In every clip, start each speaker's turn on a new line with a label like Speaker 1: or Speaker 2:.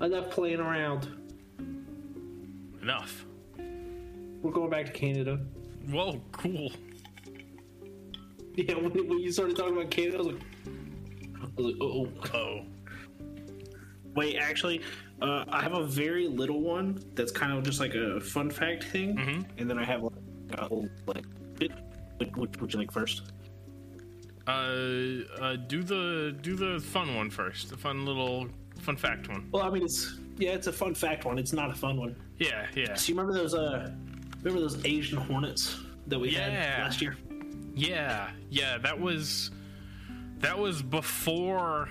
Speaker 1: Enough playing around.
Speaker 2: Enough.
Speaker 1: We're going back to Canada.
Speaker 2: Well, cool.
Speaker 1: Yeah, when, when you started talking about Canada, I was like, I was like, oh.
Speaker 2: Oh,
Speaker 3: Wait, actually, uh, I have a very little one that's kind of just like a fun fact thing, and then I have like a whole like bit. Which, which would you like first?
Speaker 2: uh, uh, do the do the fun one first. The fun little fun fact one.
Speaker 3: Well, I mean, it's yeah, it's a fun fact one. It's not a fun one.
Speaker 2: Yeah, yeah,
Speaker 3: So you remember those uh, remember those Asian hornets that we
Speaker 2: Yeah.
Speaker 3: had last year?
Speaker 2: yeah, yeah. That was that was before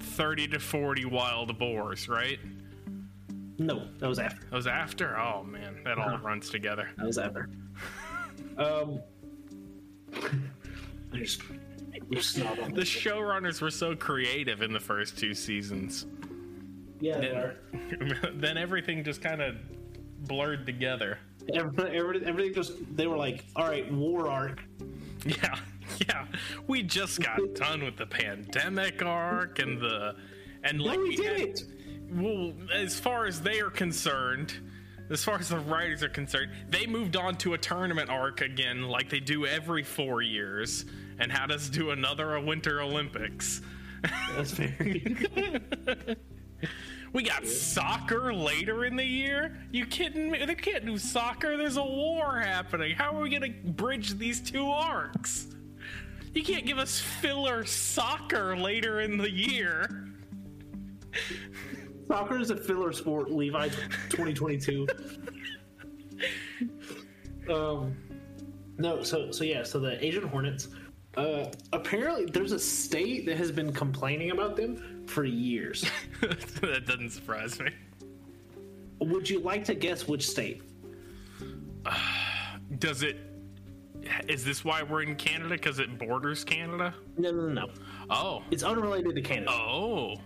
Speaker 2: thirty to forty wild boars, right?
Speaker 3: No, that was after.
Speaker 2: That was after. Oh man, that all runs together.
Speaker 3: That was after.
Speaker 1: Um,
Speaker 3: There's, there's snob on
Speaker 2: The
Speaker 3: this.
Speaker 2: showrunners were so creative in the first two seasons.
Speaker 1: yeah, they
Speaker 2: Then,
Speaker 1: are.
Speaker 2: then everything just kind of blurred together.
Speaker 1: Every- every- everything just,
Speaker 3: They were like, all right, war arc.
Speaker 2: Yeah, yeah. We just got done with the pandemic arc and the and like
Speaker 1: no, we
Speaker 2: had-
Speaker 1: did it!
Speaker 2: well, as far as they are concerned, as far as the writers are concerned, they moved on to a tournament arc again, like they do every four years, and had us do another Winter Olympics.
Speaker 1: That's very.
Speaker 2: We got soccer later in the year. You kidding me? They can't do soccer. There's a war happening. How are we gonna bridge these two arcs? You can't give us filler soccer later in the year.
Speaker 1: Soccer is a filler sport, Levi 2022. um,
Speaker 3: No, so so yeah, so the Asian hornets. Uh, apparently, there's a state that has been complaining about them for years.
Speaker 2: that doesn't surprise me.
Speaker 3: Would you like to guess which state?
Speaker 2: Does it? Is this why we're in Canada? Because it borders Canada?
Speaker 3: No, no, no, no.
Speaker 2: Oh.
Speaker 3: It's unrelated to Canada.
Speaker 2: Oh.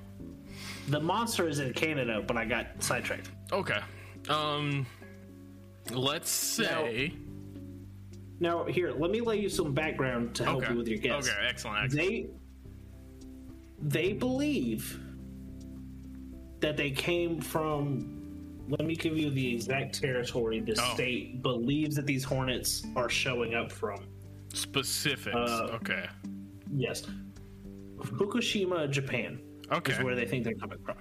Speaker 3: The monster is in Canada, but I got sidetracked.
Speaker 2: Okay. Um. Let's say.
Speaker 3: Now, here, let me lay you some background to help
Speaker 2: okay.
Speaker 3: you with your guess.
Speaker 2: Okay. Excellent. excellent.
Speaker 3: They they believe that they came from. Let me give you the exact territory the
Speaker 2: Oh.
Speaker 3: state believes that these hornets are showing up from.
Speaker 2: Specifics.
Speaker 3: Uh,
Speaker 2: okay.
Speaker 3: Yes, Fukushima, Japan
Speaker 2: Okay.
Speaker 3: is where they think they're coming from.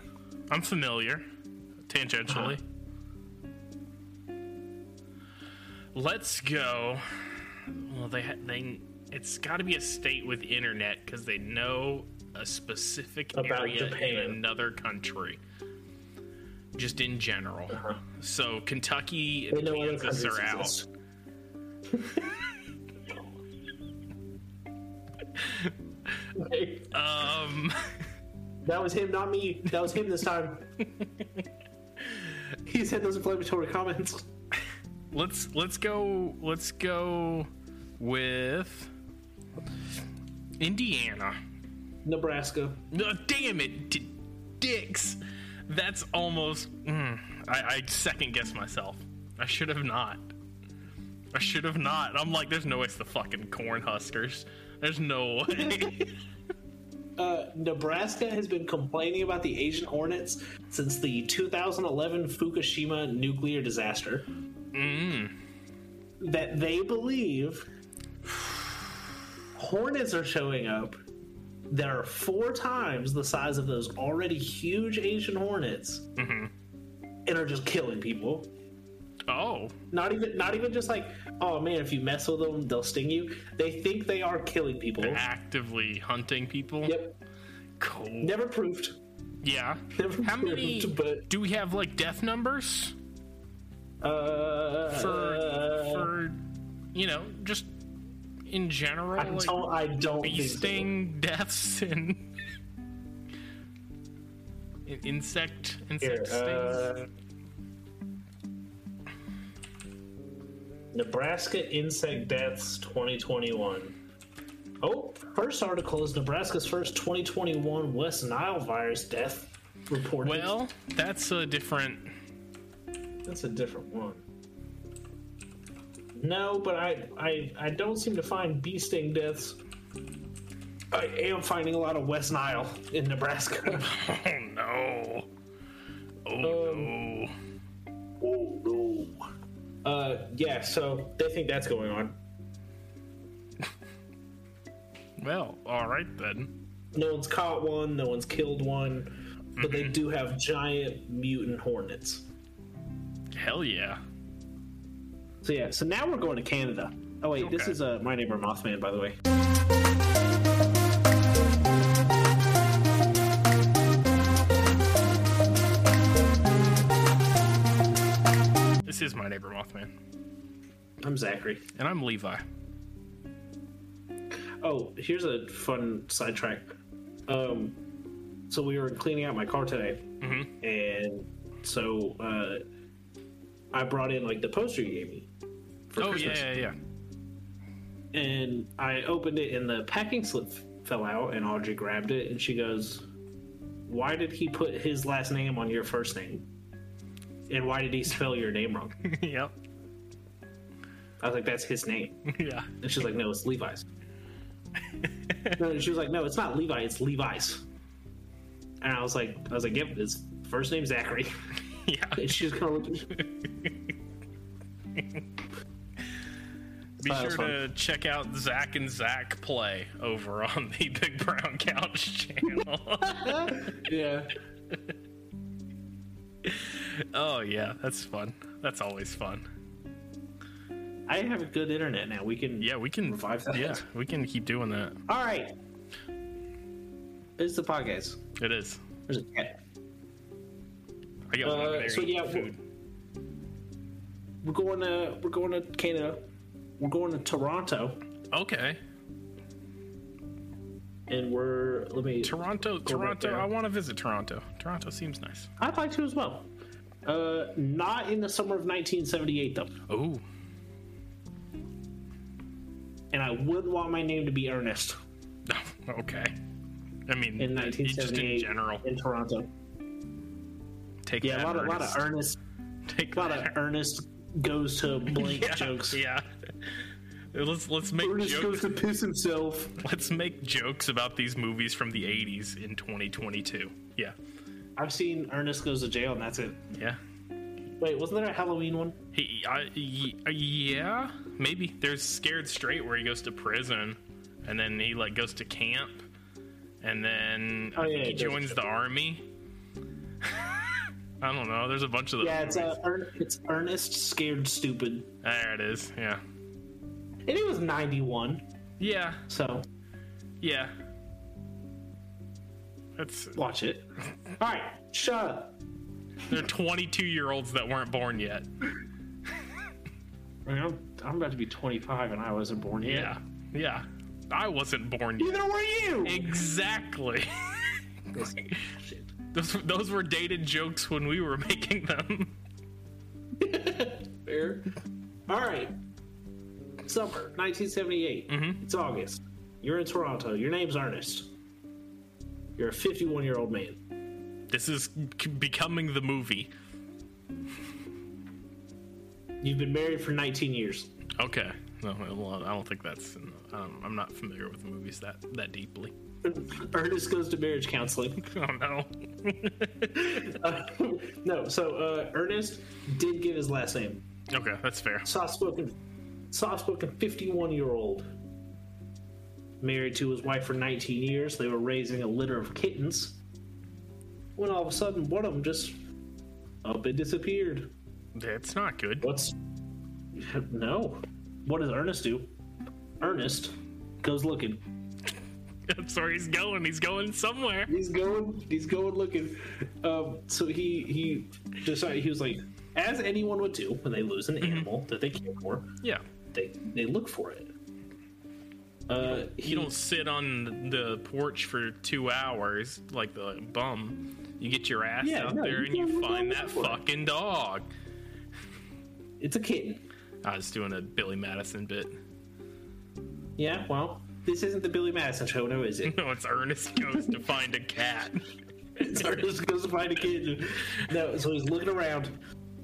Speaker 2: I'm familiar, tangentially. Let's go. Well, they ha- they it's got to be a state with internet because they know a specific
Speaker 3: About
Speaker 2: area
Speaker 3: Japan.
Speaker 2: in another country. Just in general. So Kentucky
Speaker 3: Uh-huh. They
Speaker 2: and
Speaker 3: know other
Speaker 2: Kansas
Speaker 3: countries
Speaker 2: are out.
Speaker 3: exist.
Speaker 2: Um,
Speaker 1: that was him, not me. That was him this time. he said those inflammatory comments.
Speaker 2: let's let's go let's go with Indiana.
Speaker 1: Nebraska.
Speaker 2: Uh, damn it, d- dicks. That's almost. Mm, I, I second guess myself. I should have not. I should have not. I'm like, there's no way it's the fucking corn huskers. There's no way.
Speaker 1: Uh, Nebraska has been complaining about the Asian hornets
Speaker 3: since the 2011 Fukushima nuclear disaster
Speaker 2: Mm-hmm.
Speaker 3: that they believe hornets are showing up that are four times the size of those already huge Asian hornets
Speaker 2: Mm-hmm.
Speaker 3: and are just killing people.
Speaker 2: oh,
Speaker 3: Not even, not even just like, oh man, if you mess with them, they'll sting you. They think they are killing people.
Speaker 2: actively hunting people.
Speaker 3: Yep,
Speaker 2: Cool.
Speaker 3: never proved.
Speaker 2: Yeah.
Speaker 3: Never
Speaker 2: How
Speaker 3: proved,
Speaker 2: many?
Speaker 3: but-
Speaker 2: Do we have like death numbers
Speaker 3: Uh,
Speaker 2: for for you know just in general
Speaker 3: I
Speaker 2: like
Speaker 3: don't, I don't
Speaker 2: bee
Speaker 3: think so.
Speaker 2: sting deaths and in- insect
Speaker 3: Here,
Speaker 2: insect stings.
Speaker 3: uh, Nebraska insect deaths 2021. Oh, first article is Nebraska's first 2021 West Nile virus death reported.
Speaker 2: Well, that's a different.
Speaker 3: that's a different one. No, but I, I I don't seem to find bee sting deaths. I am finding a lot of West Nile in Nebraska.
Speaker 2: Oh no. Oh no.
Speaker 3: Oh no. Uh, yeah. So they think that's going on.
Speaker 2: Well, all right then.
Speaker 3: No one's caught one. No one's killed one. But they do have giant mutant hornets.
Speaker 2: Hell yeah.
Speaker 3: So yeah. So now we're going to Canada. Oh wait, this
Speaker 2: Okay.
Speaker 3: is uh, my neighbor Mothman, by the way.
Speaker 2: This is my neighbor Mothman,
Speaker 3: I'm Zachary.
Speaker 2: and I'm Levi.
Speaker 3: Oh, here's a fun sidetrack. Um, so we were cleaning out my car today, and so uh, I brought in like the poster you gave me for
Speaker 2: Oh yeah,
Speaker 3: Christmas,
Speaker 2: yeah, yeah.
Speaker 3: and I opened it, and the packing slip fell out, and Audrey grabbed it, and she goes, "Why did he put his last name on your first name?" And why did he spell your name wrong?
Speaker 2: yep.
Speaker 3: I was like, that's his name.
Speaker 2: Yeah.
Speaker 3: And she's like, no, it's Levi's. no, she was like, no, it's not Levi, it's Levi's. And I was like, I was like, yep, his first name's Zachary.
Speaker 2: Yeah.
Speaker 3: And she's kind of like,
Speaker 2: Be
Speaker 3: that
Speaker 2: sure
Speaker 3: was
Speaker 2: to check out Zach and Zach play over on the Big Brown Couch channel.
Speaker 3: yeah.
Speaker 2: oh yeah, that's fun. That's always fun.
Speaker 3: I have a good internet now. We can.
Speaker 2: Yeah, we can
Speaker 3: Revive that.
Speaker 2: Yeah, we can keep doing that.
Speaker 3: All right. It's the podcast.
Speaker 2: It is.
Speaker 3: There's a cat.
Speaker 2: I got one
Speaker 3: Uh,
Speaker 2: over there
Speaker 3: so
Speaker 2: eating
Speaker 3: yeah, wh-
Speaker 2: food.
Speaker 3: We're going to we're going to Canada. We're going to Toronto,
Speaker 2: Okay.
Speaker 3: and we're let me.
Speaker 2: Toronto,
Speaker 3: right
Speaker 2: Toronto.
Speaker 3: there.
Speaker 2: I want to visit Toronto. Toronto seems nice.
Speaker 3: I'd like to as well. Uh, not in the summer of 1978 though,
Speaker 2: Oh,
Speaker 3: and I would want my name to be Ernest.
Speaker 2: okay. I mean,
Speaker 3: in
Speaker 2: uh, just in
Speaker 3: 1978
Speaker 2: general.
Speaker 3: in Toronto.
Speaker 2: Take
Speaker 3: Yeah,
Speaker 2: that,
Speaker 3: a lot of, lot of
Speaker 2: Ernest.
Speaker 3: earnest,
Speaker 2: Take
Speaker 3: a lot
Speaker 2: that.
Speaker 3: of earnest goes to blank
Speaker 2: yeah,
Speaker 3: jokes.
Speaker 2: Yeah. Let's let's make
Speaker 3: Ernest
Speaker 2: jokes.
Speaker 3: goes to piss himself.
Speaker 2: Let's make jokes about these movies from the 80s in 2022. Yeah.
Speaker 3: I've seen Ernest goes to jail, and that's it.
Speaker 2: Yeah.
Speaker 3: Wait, wasn't there a Halloween one?
Speaker 2: He, I, y- uh, yeah, maybe there's scared straight where he goes to prison, and then he like goes to camp, and then
Speaker 3: Oh,
Speaker 2: I
Speaker 3: yeah,
Speaker 2: think
Speaker 3: he
Speaker 2: he
Speaker 3: goes to
Speaker 2: joins the army. I don't know. There's a bunch of those.
Speaker 3: Yeah, it's
Speaker 2: movies.
Speaker 3: uh, Ern- it's Ernest scared stupid,
Speaker 2: there it is. Yeah,
Speaker 3: and it was ninety one.
Speaker 2: yeah,
Speaker 3: So
Speaker 2: yeah. That's
Speaker 3: watch it. All right, shut up.
Speaker 2: they're 22 year olds that weren't born yet.
Speaker 3: I mean, I'm, I'm about to be twenty five, and I wasn't born yet.
Speaker 2: Yeah, yeah. I wasn't born yet.
Speaker 3: Neither were you.
Speaker 2: Exactly. those those were dated jokes when we were making them.
Speaker 3: Fair. All right. Summer, 1978. It's August. You're in Toronto. Your name's Ernest. You're a 51 year old man.
Speaker 2: This is c- becoming the movie.
Speaker 3: You've been married for 19 years.
Speaker 2: Okay. No, well, I don't think that's. Um, I'm not familiar with movies that that deeply.
Speaker 3: Ernest goes to marriage counseling. Uh,
Speaker 2: Oh no.
Speaker 3: no, so uh, Ernest did give his last name.
Speaker 2: Okay, that's fair.
Speaker 3: Soft spoken, soft spoken 51 year old. Married to his wife for 19 years. They were raising a litter of kittens. When all of a sudden, one of them just up and disappeared.
Speaker 2: That's not good.
Speaker 3: What's no? What does Ernest do? Ernest goes looking.
Speaker 2: That's where he's going. He's going somewhere.
Speaker 3: He's going. He's going looking. Um, so he he decided he was like, as anyone would do when they lose an animal that they care for,
Speaker 2: Yeah.
Speaker 3: they they look for it. Uh, he
Speaker 2: You don't sit on the porch for two hours like the bum. You get your ass
Speaker 3: Yeah,
Speaker 2: out
Speaker 3: no,
Speaker 2: there
Speaker 3: you
Speaker 2: and you
Speaker 3: don't-
Speaker 2: find
Speaker 3: you don't
Speaker 2: that
Speaker 3: look for it.
Speaker 2: fucking dog.
Speaker 3: it's a kitten.
Speaker 2: I was doing a Billy Madison bit.
Speaker 3: Yeah. Well, this isn't the Billy Madison show, no, is it?
Speaker 2: No, it's Ernest goes to find a cat.
Speaker 3: It's Ernest goes to find a kitten. No. So he's looking around,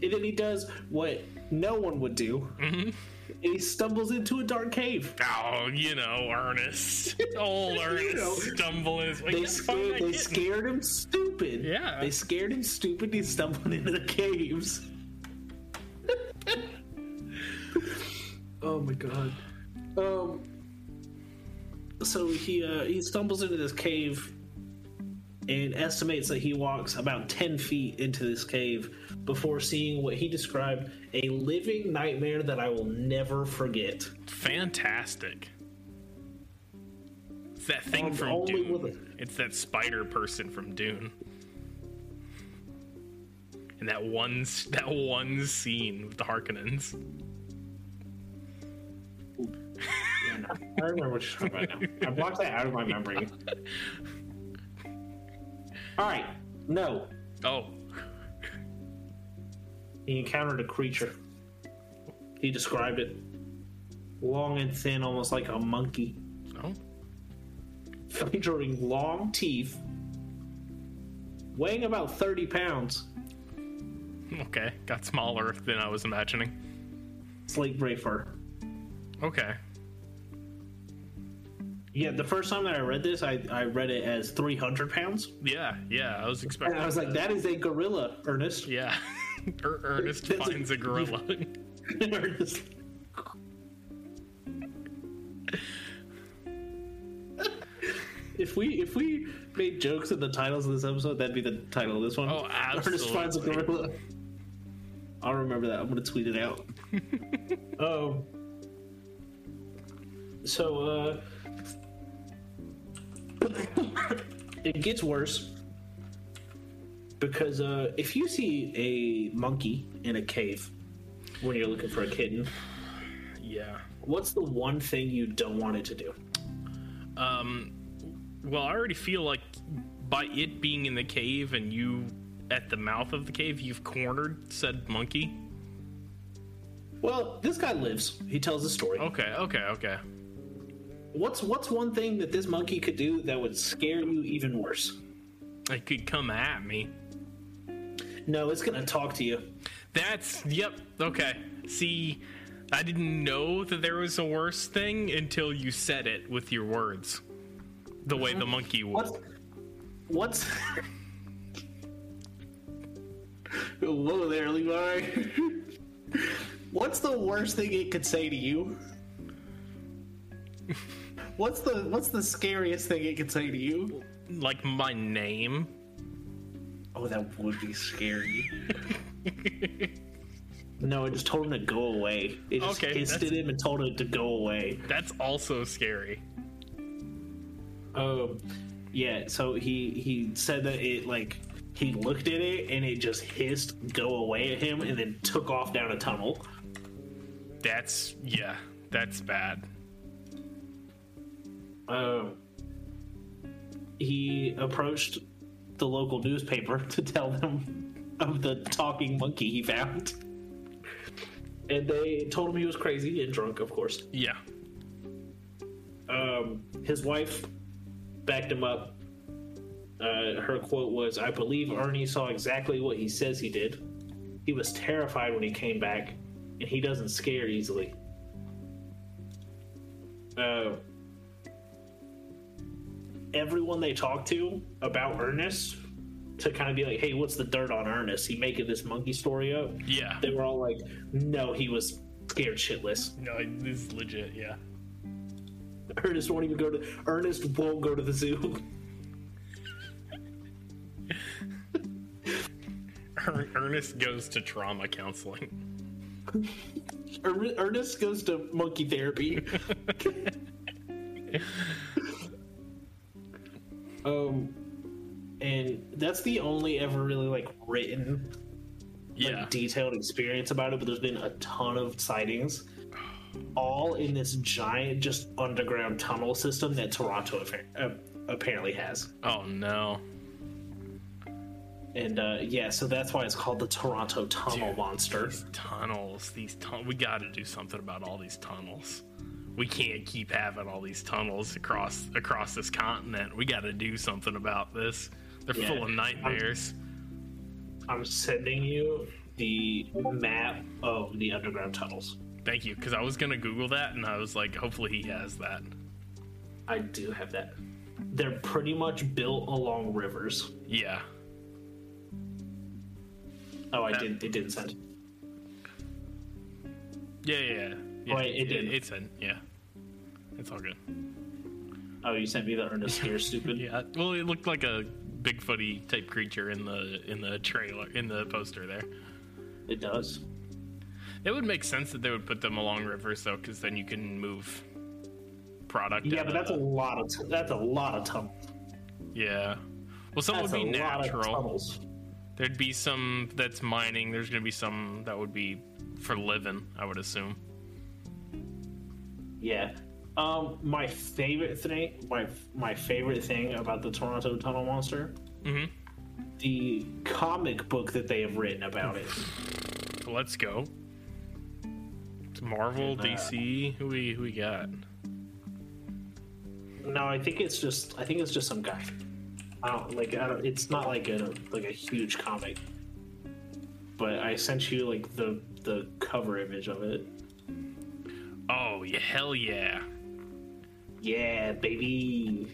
Speaker 3: and then he does what no one would do. and he stumbles into a dark cave.
Speaker 2: Oh, you know, Ernest. Old Ernest
Speaker 3: know.
Speaker 2: stumble is. Like,
Speaker 3: They, scared, they scared him stupid.
Speaker 2: Yeah.
Speaker 3: They scared him stupid. He stumbled into the caves. oh my god. Um. So he uh, he stumbles into this cave and estimates that he walks about ten feet into this cave before seeing what he described a living nightmare that I will never forget.
Speaker 2: Fantastic. It's that thing
Speaker 3: Um,
Speaker 2: from
Speaker 3: only
Speaker 2: Dune.
Speaker 3: with
Speaker 2: It's that spider person from Dune. And that one, s- that one scene with the Harkonnens.
Speaker 3: I remember what you're talking about now. I blocked that out of my memory. All right, no.
Speaker 2: Oh,
Speaker 3: He encountered a creature. He described it long and thin, almost like a monkey,
Speaker 2: oh,
Speaker 3: featuring long teeth, weighing about 30 pounds.
Speaker 2: okay. Got smaller than I was imagining.
Speaker 3: It's like Brayfur.
Speaker 2: Okay.
Speaker 3: Yeah, the first time that I read this, I, I read it as 300 pounds.
Speaker 2: Yeah, yeah. I was expecting.
Speaker 3: And I was like, that is a gorilla, Ernest.
Speaker 2: yeah. Er- Ernest
Speaker 3: That's a-
Speaker 2: finds a gorilla.
Speaker 3: Ernest. If we if we made jokes in the titles of this episode, that'd be the title of this one.
Speaker 2: Oh,
Speaker 3: Ernest finds a
Speaker 2: absolutely.
Speaker 3: gorilla. I'll remember that. I'm gonna tweet it out. um. So uh, it gets worse because uh, if you see a monkey in a cave when you're looking for a kitten,
Speaker 2: yeah.
Speaker 3: what's the one thing you don't want it to do?
Speaker 2: Um, well, I already feel like by it being in the cave and you at the mouth of the cave, you've cornered said monkey.
Speaker 3: Well, this guy lives. He tells a story.
Speaker 2: Okay, okay, okay.
Speaker 3: What's what's one thing that this monkey could do that would scare you even worse?
Speaker 2: It could come at me.
Speaker 3: No, it's gonna talk to you.
Speaker 2: That's yep. Okay. See, I didn't know that there was a worse thing until you said it with your words, the way the monkey would.
Speaker 3: What's what's Whoa there, Levi. what's the worst thing it could say to you? What's the what's the scariest thing it could say to you?
Speaker 2: Like my name.
Speaker 3: Oh, that would be scary. no, I just told him to go away. It just
Speaker 2: Okay,
Speaker 3: hissed
Speaker 2: that's-
Speaker 3: at him and told him to go away.
Speaker 2: That's also scary.
Speaker 3: Um, yeah. So he he said that it like he looked at it and it just hissed go away at him and then took off down a tunnel.
Speaker 2: That's yeah. That's bad.
Speaker 3: Um, he approached the local newspaper to tell them of the talking monkey he found. And they told him he was crazy and drunk, of course.
Speaker 2: Yeah.
Speaker 3: um, his wife backed him up. Uh, her quote was, "I believe Ernie saw exactly what he says he did. He was terrified when he came back, and he doesn't scare easily." Uh, everyone they talked to about Ernest to kind of be like, "Hey, what's the dirt on Ernest? He making this monkey story up?"
Speaker 2: Yeah.
Speaker 3: They were all like, "No, he was scared shitless."
Speaker 2: No, this is legit. Yeah.
Speaker 3: Ernest won't even go to. Ernest won't go to the zoo.
Speaker 2: Er- Ernest goes to trauma counseling.
Speaker 3: Er- Ernest goes to monkey therapy. um, and that's the only ever really like written like
Speaker 2: Yeah.
Speaker 3: detailed experience about it. But there's been a ton of sightings, all in this giant just underground tunnel system that Toronto appa- uh, apparently has.
Speaker 2: Oh no.
Speaker 3: And uh, yeah, so that's why it's called the Toronto Tunnel Monster.
Speaker 2: These tunnels. These tun- We got to do something about all these tunnels. We can't keep having all these tunnels across across this continent. We got to do something about this. They're
Speaker 3: Yeah.
Speaker 2: full of nightmares.
Speaker 3: I'm sending you the map of the underground tunnels.
Speaker 2: Thank you, because I was gonna Google that, and I was like, hopefully he has that.
Speaker 3: I do have that. They're pretty much built along rivers.
Speaker 2: Yeah,
Speaker 3: Oh, I
Speaker 2: That-
Speaker 3: didn't. It didn't send.
Speaker 2: yeah, yeah. yeah. yeah.
Speaker 3: Wait, Oh, it did.
Speaker 2: It's in. Yeah, it's all good.
Speaker 3: Oh, you sent me the Ernest here, stupid.
Speaker 2: Yeah. Well, it looked like a Bigfooty type creature in the in the trailer in the poster there.
Speaker 3: It does.
Speaker 2: It would make sense that they would put them along rivers though, because then you can move product.
Speaker 3: Yeah,
Speaker 2: at
Speaker 3: but that's a lot of that's a lot of tunnels.
Speaker 2: yeah. Well, some
Speaker 3: That's
Speaker 2: would be
Speaker 3: a lot of
Speaker 2: natural.
Speaker 3: tunnels.
Speaker 2: There'd be some that's mining. There's gonna be some that would be for living. I would assume.
Speaker 3: Yeah. Um, my favorite thing, my my favorite thing about the Toronto Tunnel Monster,
Speaker 2: Mhm.
Speaker 3: Mm-hmm. the comic book that they have written about it.
Speaker 2: Let's go. It's Marvel,
Speaker 3: uh,
Speaker 2: DC. Who we who we got?
Speaker 3: No, I think it's just I think it's just some guy. I don't like I don't, it's not like a like a huge comic. But I sent you like the the cover image of it.
Speaker 2: Oh yeah, hell yeah!
Speaker 3: Yeah, baby.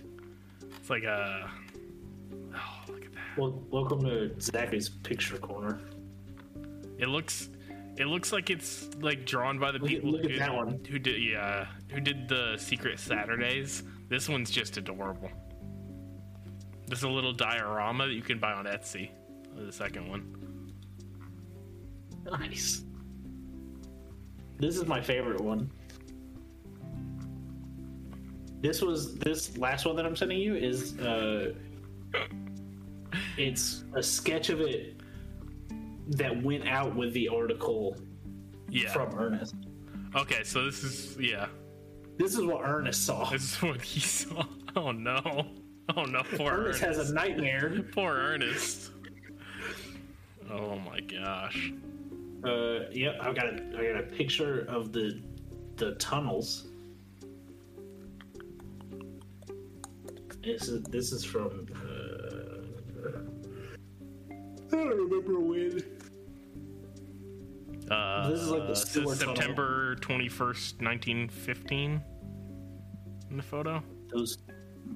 Speaker 2: It's like a. Oh look at that!
Speaker 3: Well, welcome to Zachary's picture corner.
Speaker 2: It looks. It looks like it's like drawn by the
Speaker 3: at-
Speaker 2: people
Speaker 3: look at
Speaker 2: who,
Speaker 3: that one.
Speaker 2: who did yeah who did the Secret Saturdays. This one's just adorable. There's a little diorama that you can buy on Etsy. The second one.
Speaker 3: Nice. This is my favorite one. This was this last one that I'm sending you is uh it's a sketch of it that went out with the article
Speaker 2: Yeah.
Speaker 3: from Ernest.
Speaker 2: okay, so this is yeah.
Speaker 3: This is what Ernest saw.
Speaker 2: This is what he saw. Oh no. Oh no. Poor
Speaker 3: Ernest
Speaker 2: Ernest.
Speaker 3: has a nightmare.
Speaker 2: Poor Ernest. Oh my gosh.
Speaker 3: Uh yep, I've got a I got a picture of the the tunnels. This is this is from uh, I don't remember when.
Speaker 2: Uh,
Speaker 3: This is like the
Speaker 2: it says
Speaker 3: sewer tunnel.
Speaker 2: September twenty first, nineteen fifteen. In the photo.
Speaker 3: Those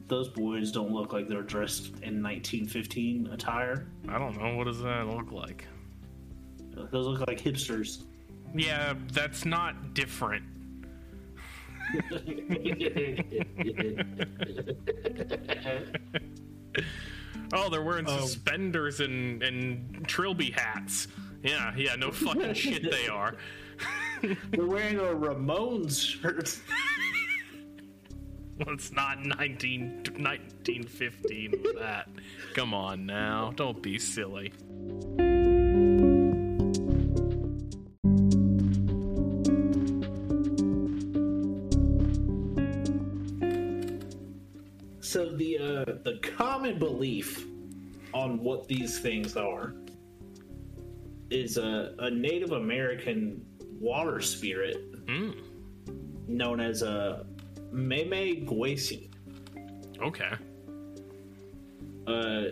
Speaker 3: those boys don't look like they're dressed in 1915 attire.
Speaker 2: I don't know. What does that look like?
Speaker 3: Those look like hipsters.
Speaker 2: Yeah, that's not different. Oh, they're wearing suspenders and and trilby hats. Yeah, yeah, no fucking shit they are.
Speaker 3: they're wearing a Ramones shirt.
Speaker 2: Well, it's not 19, 1915 with that. Come on now. Don't be silly.
Speaker 3: So the uh, the common belief on what these things are is a, a Native American water spirit known as uh, a Meme Gwesi,
Speaker 2: Okay.
Speaker 3: uh,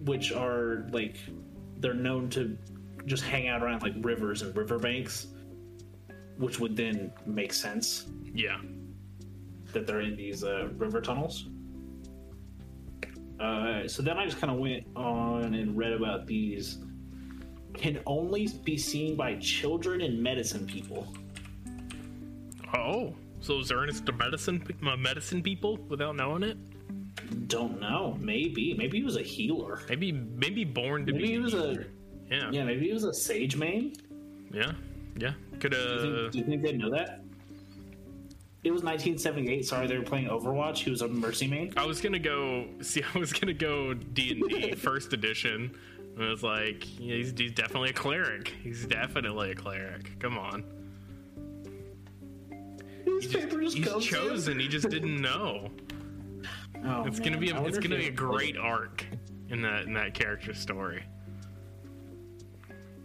Speaker 3: which are like they're known to just hang out around like rivers and riverbanks, which would then make sense
Speaker 2: Yeah.
Speaker 3: that they're in these uh, river tunnels. Uh, so then I just kind of went on and read about these can only be seen by children and medicine people.
Speaker 2: Oh, so is Ernest a medicine a medicine people without knowing it?
Speaker 3: Don't know. Maybe. Maybe he was a healer.
Speaker 2: Maybe maybe born to
Speaker 3: Maybe
Speaker 2: be.
Speaker 3: he was a
Speaker 2: yeah.
Speaker 3: yeah. Maybe he was a sage man.
Speaker 2: Yeah. Yeah. Could
Speaker 3: Do you
Speaker 2: uh.
Speaker 3: think- do you think they know that? It was 1978. Sorry, they were playing Overwatch. He was a mercy man.
Speaker 2: I was gonna go see. I was gonna go D and D first edition. And I was like, yeah, he's, he's definitely a cleric. He's definitely a cleric. Come on,
Speaker 3: These papers
Speaker 2: he's
Speaker 3: come to-
Speaker 2: chosen. He just didn't know.
Speaker 3: Oh,
Speaker 2: It's gonna
Speaker 3: man.
Speaker 2: be
Speaker 3: I
Speaker 2: a,
Speaker 3: wonder
Speaker 2: it's
Speaker 3: if
Speaker 2: gonna
Speaker 3: he
Speaker 2: be a
Speaker 3: was-
Speaker 2: great arc in that in that character story.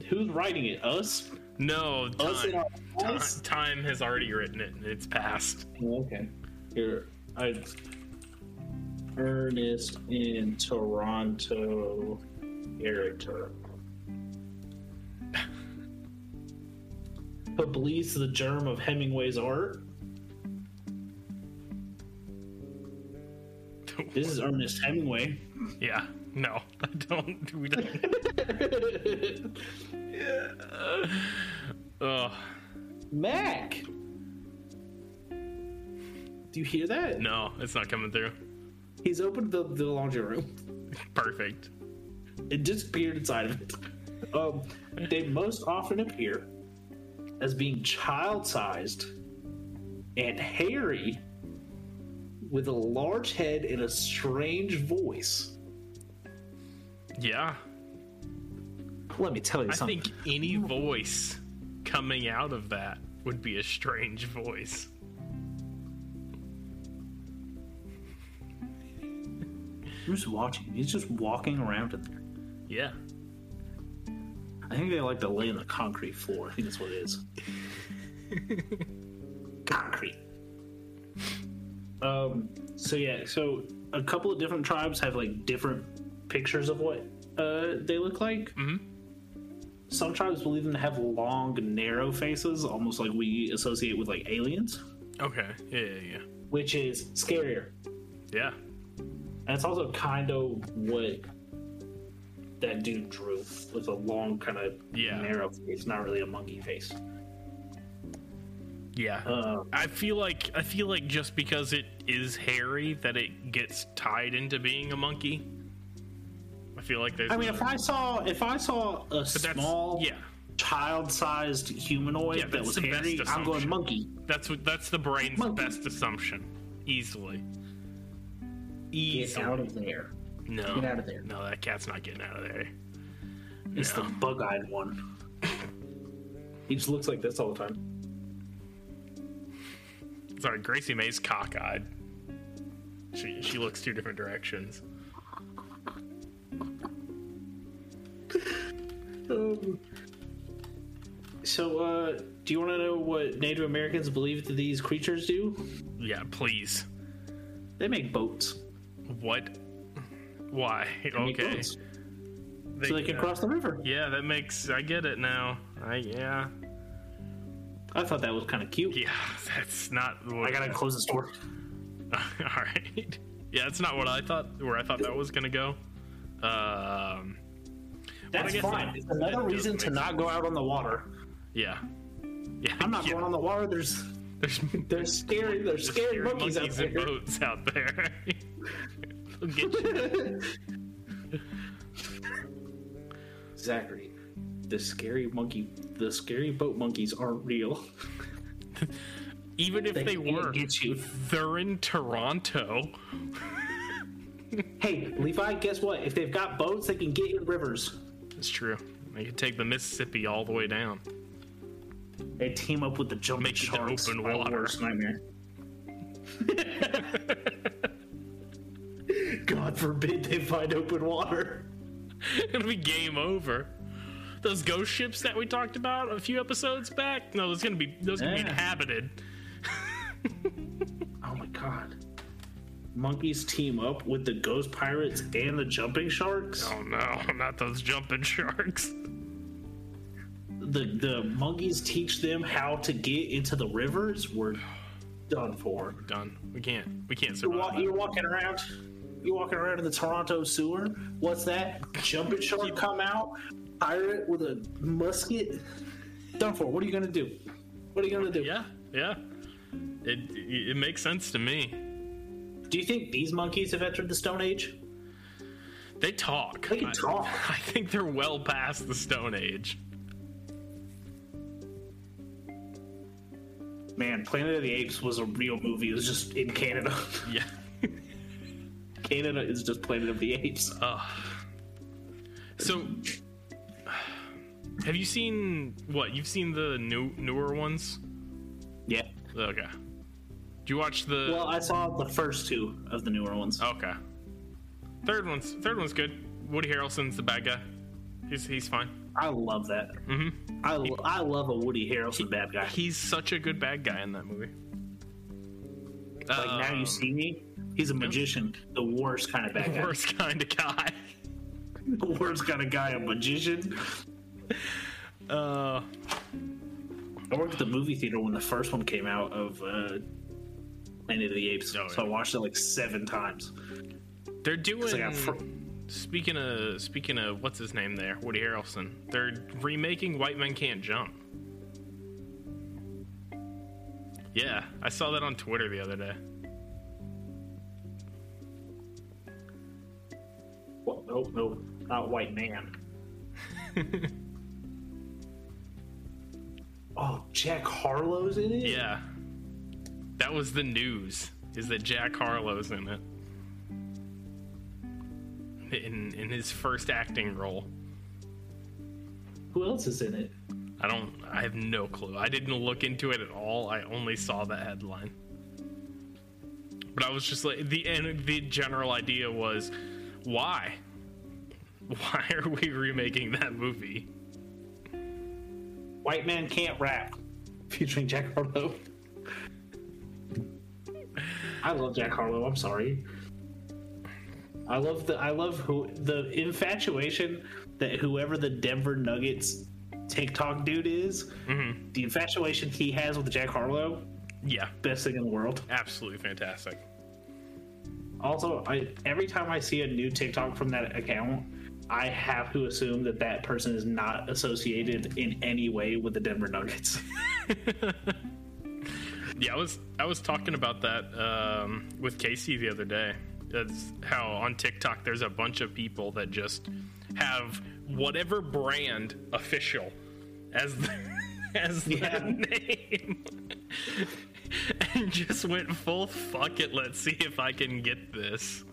Speaker 3: Who's writing it? Us.
Speaker 2: No,
Speaker 3: Us
Speaker 2: time,
Speaker 3: and our
Speaker 2: time,
Speaker 3: voice?
Speaker 2: time has already written it. and It's past.
Speaker 3: Oh, Okay. Here, I. Ernest in Toronto character. but believes the germ of Hemingway's art. This is Ernest Hemingway.
Speaker 2: Yeah. No, I don't. We don't. Ugh.
Speaker 3: Mac! Do you hear that?
Speaker 2: no, it's not coming through.
Speaker 3: He's opened the, the laundry room.
Speaker 2: Perfect.
Speaker 3: It disappeared inside of it. Um, they most often appear as being child sized and hairy with a large head and a strange voice.
Speaker 2: Yeah.
Speaker 4: Let me tell you
Speaker 2: I
Speaker 4: something.
Speaker 2: think any voice coming out of that would be a strange voice.
Speaker 4: Who's watching? He's just walking around in there.
Speaker 2: Yeah.
Speaker 3: I think they like to lay on the concrete floor. I think that's what it is. concrete. Um. So yeah. So a couple of different tribes have like different pictures of what uh, they look like. Mm-hmm. Some tribes believe them to have long, narrow faces, almost like we associate with like aliens,
Speaker 2: Okay. Yeah, yeah, yeah.
Speaker 3: which is scarier.
Speaker 2: Yeah.
Speaker 3: And it's also kind of what that dude drew with a long, kind of
Speaker 2: Yeah.
Speaker 3: narrow face, not really a monkey face.
Speaker 2: Yeah.
Speaker 3: Uh,
Speaker 2: I feel like I feel like just because it is hairy that it gets tied into being a monkey. I feel like there's
Speaker 3: I mean,
Speaker 2: a-
Speaker 3: if I saw if I saw a
Speaker 2: but that's
Speaker 3: small,
Speaker 2: yeah.
Speaker 3: child-sized humanoid
Speaker 2: Yeah,
Speaker 3: that
Speaker 2: that's
Speaker 3: was
Speaker 2: the best
Speaker 3: hairy, I'm going
Speaker 2: assumption.
Speaker 3: monkey.
Speaker 2: That's what that's the brain's
Speaker 3: Monkey.
Speaker 2: best assumption. Easily.
Speaker 4: Get
Speaker 2: Easily.
Speaker 4: out of there.
Speaker 2: no.
Speaker 4: get out of there.
Speaker 2: No, that cat's not getting out of there.
Speaker 3: It's the
Speaker 2: No.
Speaker 3: bug-eyed one. He just looks like this all the time.
Speaker 2: Sorry, Gracie May's cockeyed. She she looks two different directions.
Speaker 3: Um, so, uh, do you want to know what Native Americans believe that these creatures do?
Speaker 2: Yeah, please.
Speaker 3: They make boats.
Speaker 2: What? Why?
Speaker 3: They make
Speaker 2: okay.
Speaker 3: boats so they can
Speaker 2: uh,
Speaker 3: cross the river.
Speaker 2: Yeah, that makes I get it now. I yeah.
Speaker 3: I thought that was kind of cute.
Speaker 2: Yeah, that's not what
Speaker 3: I gotta close this door.
Speaker 2: All right. Yeah, that's not what I thought where I thought that was going to go. Um
Speaker 3: That's
Speaker 2: guess
Speaker 3: fine.
Speaker 2: that-
Speaker 3: It's another
Speaker 2: that does
Speaker 3: reason
Speaker 2: make
Speaker 3: to not go out on the water.
Speaker 2: yeah. Yeah.
Speaker 3: I'm not
Speaker 2: yeah.
Speaker 3: going on the water. There's
Speaker 2: There's,
Speaker 3: They're scary. They're
Speaker 2: there's
Speaker 3: scary, monkeys, out
Speaker 2: and
Speaker 3: there.
Speaker 2: boats out there. They'll get you.
Speaker 3: Zachary, the scary monkey, the scary boat monkeys aren't real.
Speaker 2: Even if they,
Speaker 3: can't
Speaker 2: were,
Speaker 3: get you.
Speaker 2: they're in Toronto.
Speaker 3: Hey, Levi, guess what? If they've got boats, they can get in rivers.
Speaker 2: It's true. They could take the Mississippi all the way down.
Speaker 3: They team up with the jumping
Speaker 2: Make it to
Speaker 3: sharks.
Speaker 2: open
Speaker 3: My
Speaker 2: water.
Speaker 3: worst nightmare. God forbid they find open water.
Speaker 2: It'll be game over. Those ghost ships that we talked about a few episodes back? No, those gonna be those gonna be
Speaker 3: Yeah.
Speaker 2: inhabited.
Speaker 3: Oh my god. Monkeys team up with the ghost pirates and the jumping sharks.
Speaker 2: Oh no, not those jumping sharks.
Speaker 3: the the monkeys teach them how to get into the rivers, we're done for.
Speaker 2: Done. We can't. We can't
Speaker 3: You're,
Speaker 2: survive.
Speaker 3: wa-
Speaker 2: that.
Speaker 3: you're walking around. You're walking around in the Toronto sewer. What's that? Jumping shark come out, pirate with a musket. Done for. What are you gonna do? What are you gonna do?
Speaker 2: Yeah, yeah. It, it it makes sense to me.
Speaker 3: Do you think these monkeys have entered the Stone Age?
Speaker 2: They talk.
Speaker 3: They can
Speaker 2: I-
Speaker 3: talk.
Speaker 2: I think they're well past the Stone Age.
Speaker 3: Man, Planet of the Apes was a real movie. It was just in Canada.
Speaker 2: Yeah.
Speaker 3: Canada is just Planet of the Apes.
Speaker 2: So, have you seen what? You've seen the new newer ones?
Speaker 3: Yeah.
Speaker 2: Okay. Do you watch the?
Speaker 3: Well, I saw the first two of the newer ones.
Speaker 2: Okay. Third one's third one's good. Woody Harrelson's the bad guy. He's he's fine.
Speaker 3: I love that. Mm-hmm. I, lo- I love a Woody Harrelson bad guy.
Speaker 2: He's such a good bad guy in that movie.
Speaker 3: Like now you see me, he's a magician, the worst kind of bad guy,
Speaker 2: worst kind of guy.
Speaker 3: the worst kind of guy, a magician.
Speaker 2: Uh,
Speaker 3: I worked at the movie theater when the first one came out of uh, Planet of the Apes,
Speaker 2: Oh,
Speaker 3: so I
Speaker 2: yeah.
Speaker 3: watched it like seven times.
Speaker 2: They're doing.
Speaker 3: I got fr-
Speaker 2: speaking of speaking of what's his name there, Woody Harrelson. They're remaking White Men Can't Jump. Yeah, I saw that on Twitter the other day.
Speaker 3: Well, no, no, not white man. oh, Jack Harlow's in it.
Speaker 2: Yeah, that was the news. Is that Jack Harlow's in it? In in his first acting role.
Speaker 3: Who else is in it?
Speaker 2: I don't. I have no clue. I didn't look into it at all. I only saw the headline. But I was just like the and the general idea was, why? Why are we remaking that movie?
Speaker 3: White man can't rap, featuring Jack Harlow. I love Jack Harlow. I'm sorry. I love the I love who the infatuation that whoever the Denver Nuggets TikTok dude is, the infatuation he has with Jack Harlow,
Speaker 2: Yeah,
Speaker 3: best thing in the world.
Speaker 2: absolutely fantastic.
Speaker 3: Also, I every time I see a new TikTok from that account, I have to assume that that person is not associated in any way with the Denver Nuggets.
Speaker 2: Yeah, I was I was talking about that um, with Casey the other day. That's how on TikTok there's a bunch of people that just have whatever brand official as the, as the
Speaker 3: Yeah.
Speaker 2: name, and just went full fuck it. Let's see if I can get this.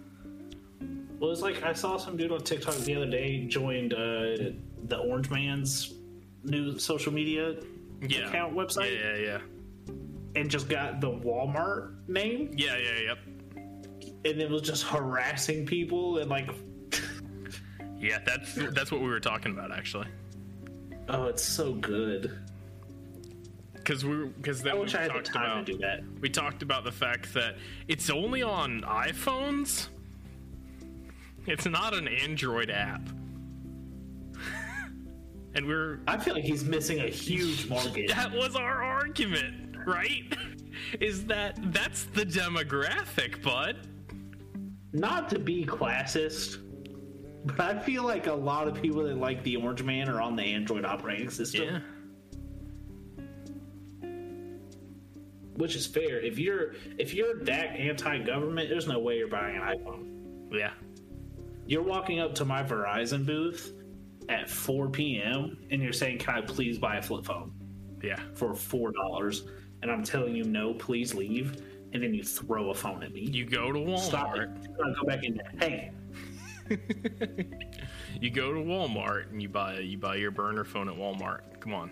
Speaker 3: Well, it's like I saw some dude on TikTok the other day joined uh, the Orange Man's new social media
Speaker 2: Yeah,
Speaker 3: Account website?
Speaker 2: Yeah, yeah,
Speaker 3: and just got the Walmart name
Speaker 2: yeah, yeah, yeah. Yep.
Speaker 3: and it was just harassing people and like,
Speaker 2: Yeah, that's that's what we were talking about actually.
Speaker 3: oh, it's so good.
Speaker 2: Because we because
Speaker 3: I
Speaker 2: then we
Speaker 3: wish I had the
Speaker 2: talked
Speaker 3: time
Speaker 2: about
Speaker 3: to do that.
Speaker 2: We talked about the fact that it's only on iPhones. It's not an Android app. and we're
Speaker 3: I feel like he's missing a huge market.
Speaker 2: that was our argument, right? Is that that's the demographic, bud?
Speaker 3: not to be classist, but I feel like a lot of people that like the Orange Man are on the Android operating system,
Speaker 2: Yeah.
Speaker 3: which is fair. If you're if you're that anti-government, there's no way you're buying an iPhone.
Speaker 2: Yeah.
Speaker 3: You're walking up to my Verizon booth at 4 p.m. and you're saying, "Can I please buy a flip phone
Speaker 2: Yeah.
Speaker 3: for four dollars?" And I'm telling you, "No, please leave." And then you throw a phone at me.
Speaker 2: You go to Walmart.
Speaker 3: Stop it! I go back in there. Hey,
Speaker 2: You go to Walmart and you buy you buy your burner phone at Walmart. Come on.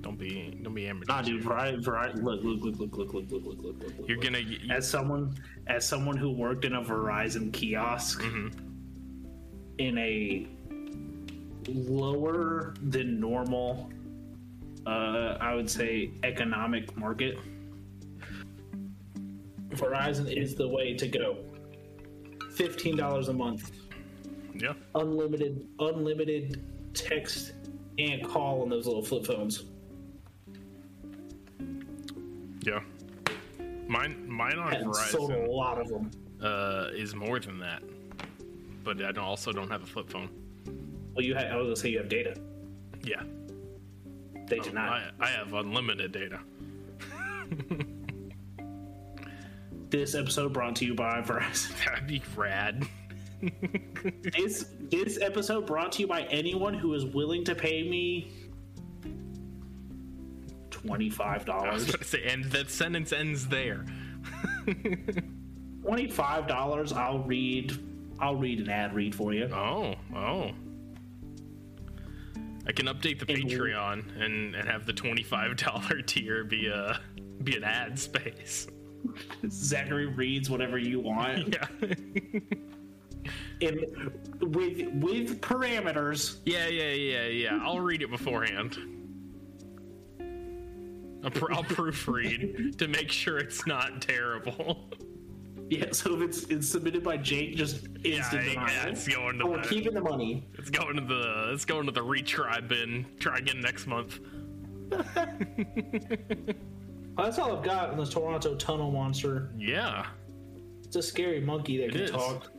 Speaker 2: Don't be don't be amateur.
Speaker 3: nah, dude. Verizon, Verizon. Look, look, look, look, look, look, look, look, look, look. look.
Speaker 2: You're gonna you-
Speaker 3: as someone as someone who worked in a Verizon kiosk in a lower than normal uh, I would say economic market Verizon is the way to go $15 a month
Speaker 2: yeah.
Speaker 3: unlimited unlimited text and call on those little flip phones
Speaker 2: Yeah. Mine mine on
Speaker 3: and
Speaker 2: Verizon.
Speaker 3: sold a lot of them
Speaker 2: uh, is more than that. But I don't, also don't have a flip phone.
Speaker 3: well you had I was gonna say you have data
Speaker 2: Yeah,
Speaker 3: they did not
Speaker 2: I, I have unlimited data.
Speaker 3: this episode brought to you by Verizon
Speaker 2: That'd be rad.
Speaker 3: This this episode brought to you by anyone who is willing to pay me twenty five
Speaker 2: I was
Speaker 3: dollars.
Speaker 2: gonna say, and that sentence ends there.
Speaker 3: Twenty five dollars. I'll read. I'll read an ad read for you.
Speaker 2: Oh, oh. I can update the
Speaker 3: And-
Speaker 2: Patreon and, and have the twenty five dollar tier be a be an ad space.
Speaker 3: Zachary reads whatever you want,
Speaker 2: Yeah,
Speaker 3: and with with parameters.
Speaker 2: yeah, yeah, yeah, yeah. I'll read it beforehand. I'll, pr- I'll proofread to make sure it's not terrible.
Speaker 3: Yeah. So if it's it's submitted by Jake, just
Speaker 2: Yeah,
Speaker 3: instant
Speaker 2: I- yeah,
Speaker 3: denial.
Speaker 2: it's going to
Speaker 3: Oh, we're
Speaker 2: the,
Speaker 3: keeping the money.
Speaker 2: it's going to the it's going to the retry bin. Try again next month.
Speaker 3: Well, that's all I've got on the Toronto Tunnel Monster.
Speaker 2: Yeah.
Speaker 3: It's a scary monkey that can
Speaker 2: is.
Speaker 3: talk.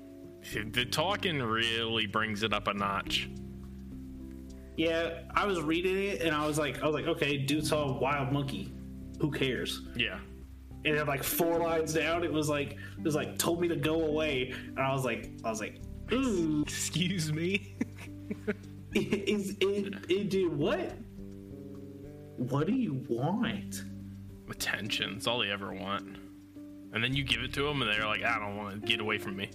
Speaker 2: The talking really brings it up a notch.
Speaker 3: Yeah, I was reading it and I was like, I was like, okay, dude saw a wild monkey. Who cares?
Speaker 2: Yeah.
Speaker 3: And then like four lines down, it was like it was like told me to go away, and I was like, I was like, "Mm, ooh,
Speaker 2: Excuse me.
Speaker 3: it, it, it did what?
Speaker 4: What do you want?
Speaker 2: Attention. It's all they ever want. And then you give it to them, and they're like, "I don't want to get away from me."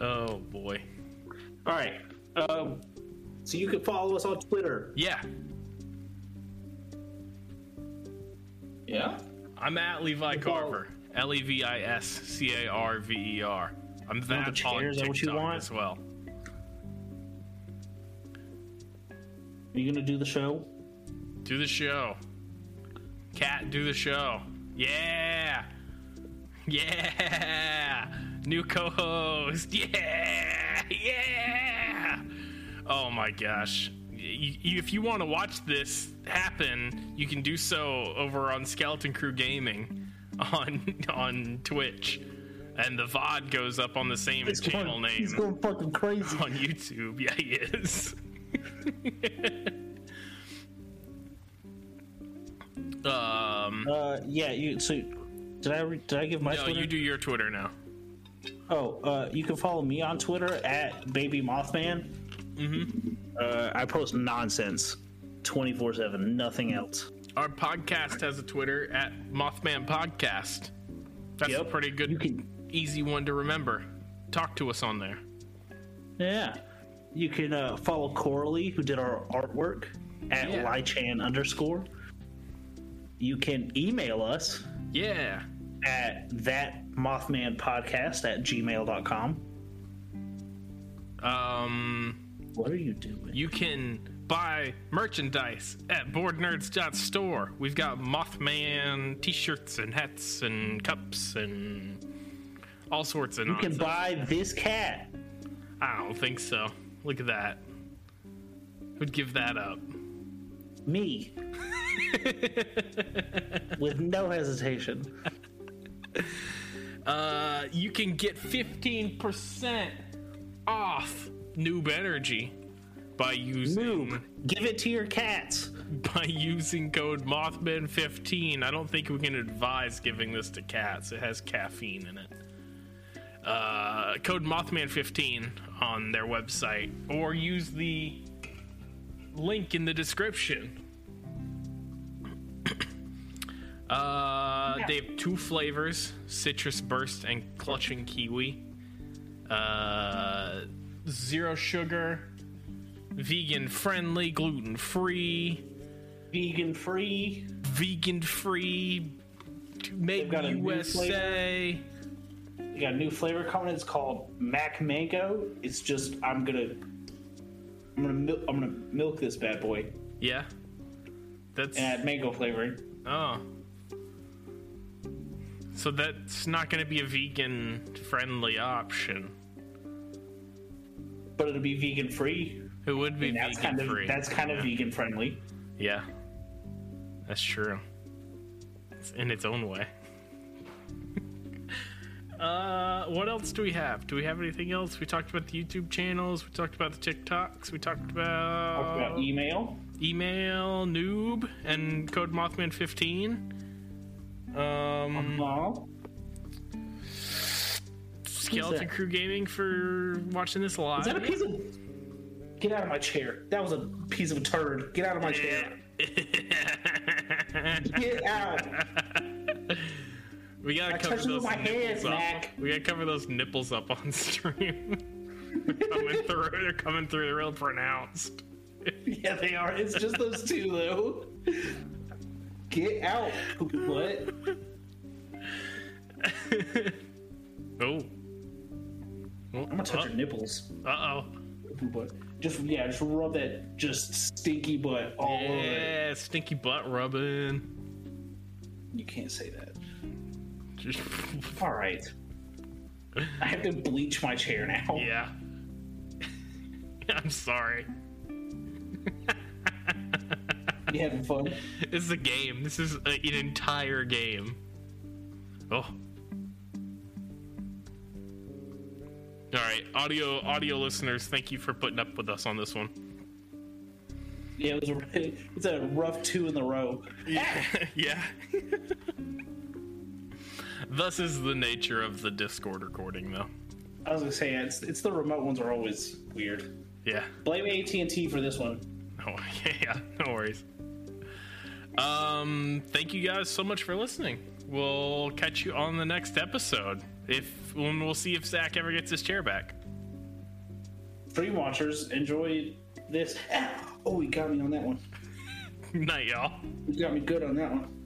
Speaker 2: oh boy.
Speaker 3: All right, um, so you can follow us on Twitter.
Speaker 2: Yeah.
Speaker 4: Yeah?
Speaker 2: I'm at Levi Carver. L e v i s c a r v e r. I'm that
Speaker 3: the chair,
Speaker 2: on
Speaker 3: is that
Speaker 2: TikTok
Speaker 3: what you want?
Speaker 2: as well.
Speaker 3: Are you gonna do the show?
Speaker 2: Do the show. Cat, do the show. Yeah. Yeah. New co host. Yeah. Yeah. Oh my gosh. Y- y- If you want to watch this happen, you can do so over on Skeleton Crew Gaming on on Twitch, and the VOD goes up on the same channel name
Speaker 4: He's going fucking crazy.
Speaker 2: on YouTube. Yeah, he is. um,
Speaker 4: Uh, yeah, you. So, did I re- did I give my
Speaker 2: no,
Speaker 4: Twitter?
Speaker 2: you do your Twitter now.
Speaker 4: Oh, uh, you can follow me on Twitter at Baby Mothman. Mm-hmm. Uh, I post nonsense, twenty four seven, nothing else.
Speaker 2: Our podcast has a Twitter at Mothman Podcast. That's a
Speaker 4: Yep.
Speaker 2: pretty good,
Speaker 4: You can,
Speaker 2: easy one to remember. Talk to us on there.
Speaker 4: yeah, you can uh, follow Coralie, who did our artwork, at
Speaker 2: Yeah.
Speaker 4: Lychan underscore. You can email us
Speaker 2: Yeah,
Speaker 4: at that Mothman Podcast at gmail.com.
Speaker 2: um,
Speaker 4: What are you doing?
Speaker 2: you can buy merchandise at boardnerds.store. We've got Mothman T-shirts and hats and cups and all sorts of.
Speaker 4: You can
Speaker 2: nonsense.
Speaker 4: buy this cat.
Speaker 2: I don't think so. Look at that. Would give that up.
Speaker 4: me with no hesitation.
Speaker 2: Uh, you can get 15% off Noob Energy by using
Speaker 4: Noob, give it to your cats.
Speaker 2: by using code Mothman15. I don't think we can advise giving this to cats. It has caffeine in it. Uh, code Mothman15 on their website, or use the link in the description. Uh, They have two flavors: citrus burst and clutching kiwi. Uh, zero sugar, vegan friendly, gluten free
Speaker 3: Vegan free.
Speaker 2: vegan free make
Speaker 3: got a new
Speaker 2: USA.
Speaker 3: You got a new flavor coming. It's called Mac Mango. It's just I'm gonna, I'm gonna, mil- I'm gonna milk this bad boy
Speaker 2: Yeah. That's
Speaker 3: and add mango flavoring.
Speaker 2: oh. So that's not going to be a vegan friendly option.
Speaker 3: but it'll be vegan free.
Speaker 2: It would be
Speaker 3: That's
Speaker 2: vegan
Speaker 3: kind of
Speaker 2: free.
Speaker 3: that's kind of vegan friendly.
Speaker 2: yeah. That's true. It's in its own way. uh, what else do we have? Do we have anything else? We talked about the YouTube channels. We talked about the TikToks. We talked about,
Speaker 3: Talk about email.
Speaker 2: email noob and code mothman 15 um
Speaker 3: Aw.
Speaker 2: skeleton crew gaming for watching this live
Speaker 3: Is that a piece of? Get out of my chair. That was a piece of a turd. Get out of my chair. Get out.
Speaker 2: we gotta
Speaker 3: I
Speaker 2: cover
Speaker 3: touched it
Speaker 2: those
Speaker 3: with my hands,
Speaker 2: nipples up
Speaker 3: Mac.
Speaker 2: we gotta cover those nipples up on stream coming through they're coming through they're real pronounced
Speaker 3: Yeah, they are. It's just those two though. Get out. What?
Speaker 2: oh uh,
Speaker 4: I'm gonna
Speaker 2: Uh-huh.
Speaker 4: touch your nipples.
Speaker 2: uh-oh
Speaker 3: But just yeah, just rub that just stinky butt all over it.
Speaker 2: yeah stinky butt rubbing
Speaker 3: You can't say that.
Speaker 2: Just-
Speaker 3: All right. I have to bleach my chair now.
Speaker 2: yeah I'm sorry.
Speaker 3: You having fun?
Speaker 2: This is a game. This is a, an entire game. Oh. All right, audio audio listeners, thank you for putting up with us on this one.
Speaker 3: Yeah, it was a, it's a rough two in the row.
Speaker 2: yeah. Thus is the nature of the Discord recording, though.
Speaker 3: I was gonna say it's it's the remote ones are always weird.
Speaker 2: Yeah.
Speaker 3: Blame AT and T for this one.
Speaker 2: Oh, yeah. No worries. Um, thank you guys so much for listening. We'll catch you on the next episode. If when we'll see if Zach ever gets his chair back.
Speaker 3: Dream Watchers, enjoy this. Ah! Oh, he got me on that one.
Speaker 2: Night, y'all.
Speaker 3: He got me good on that one.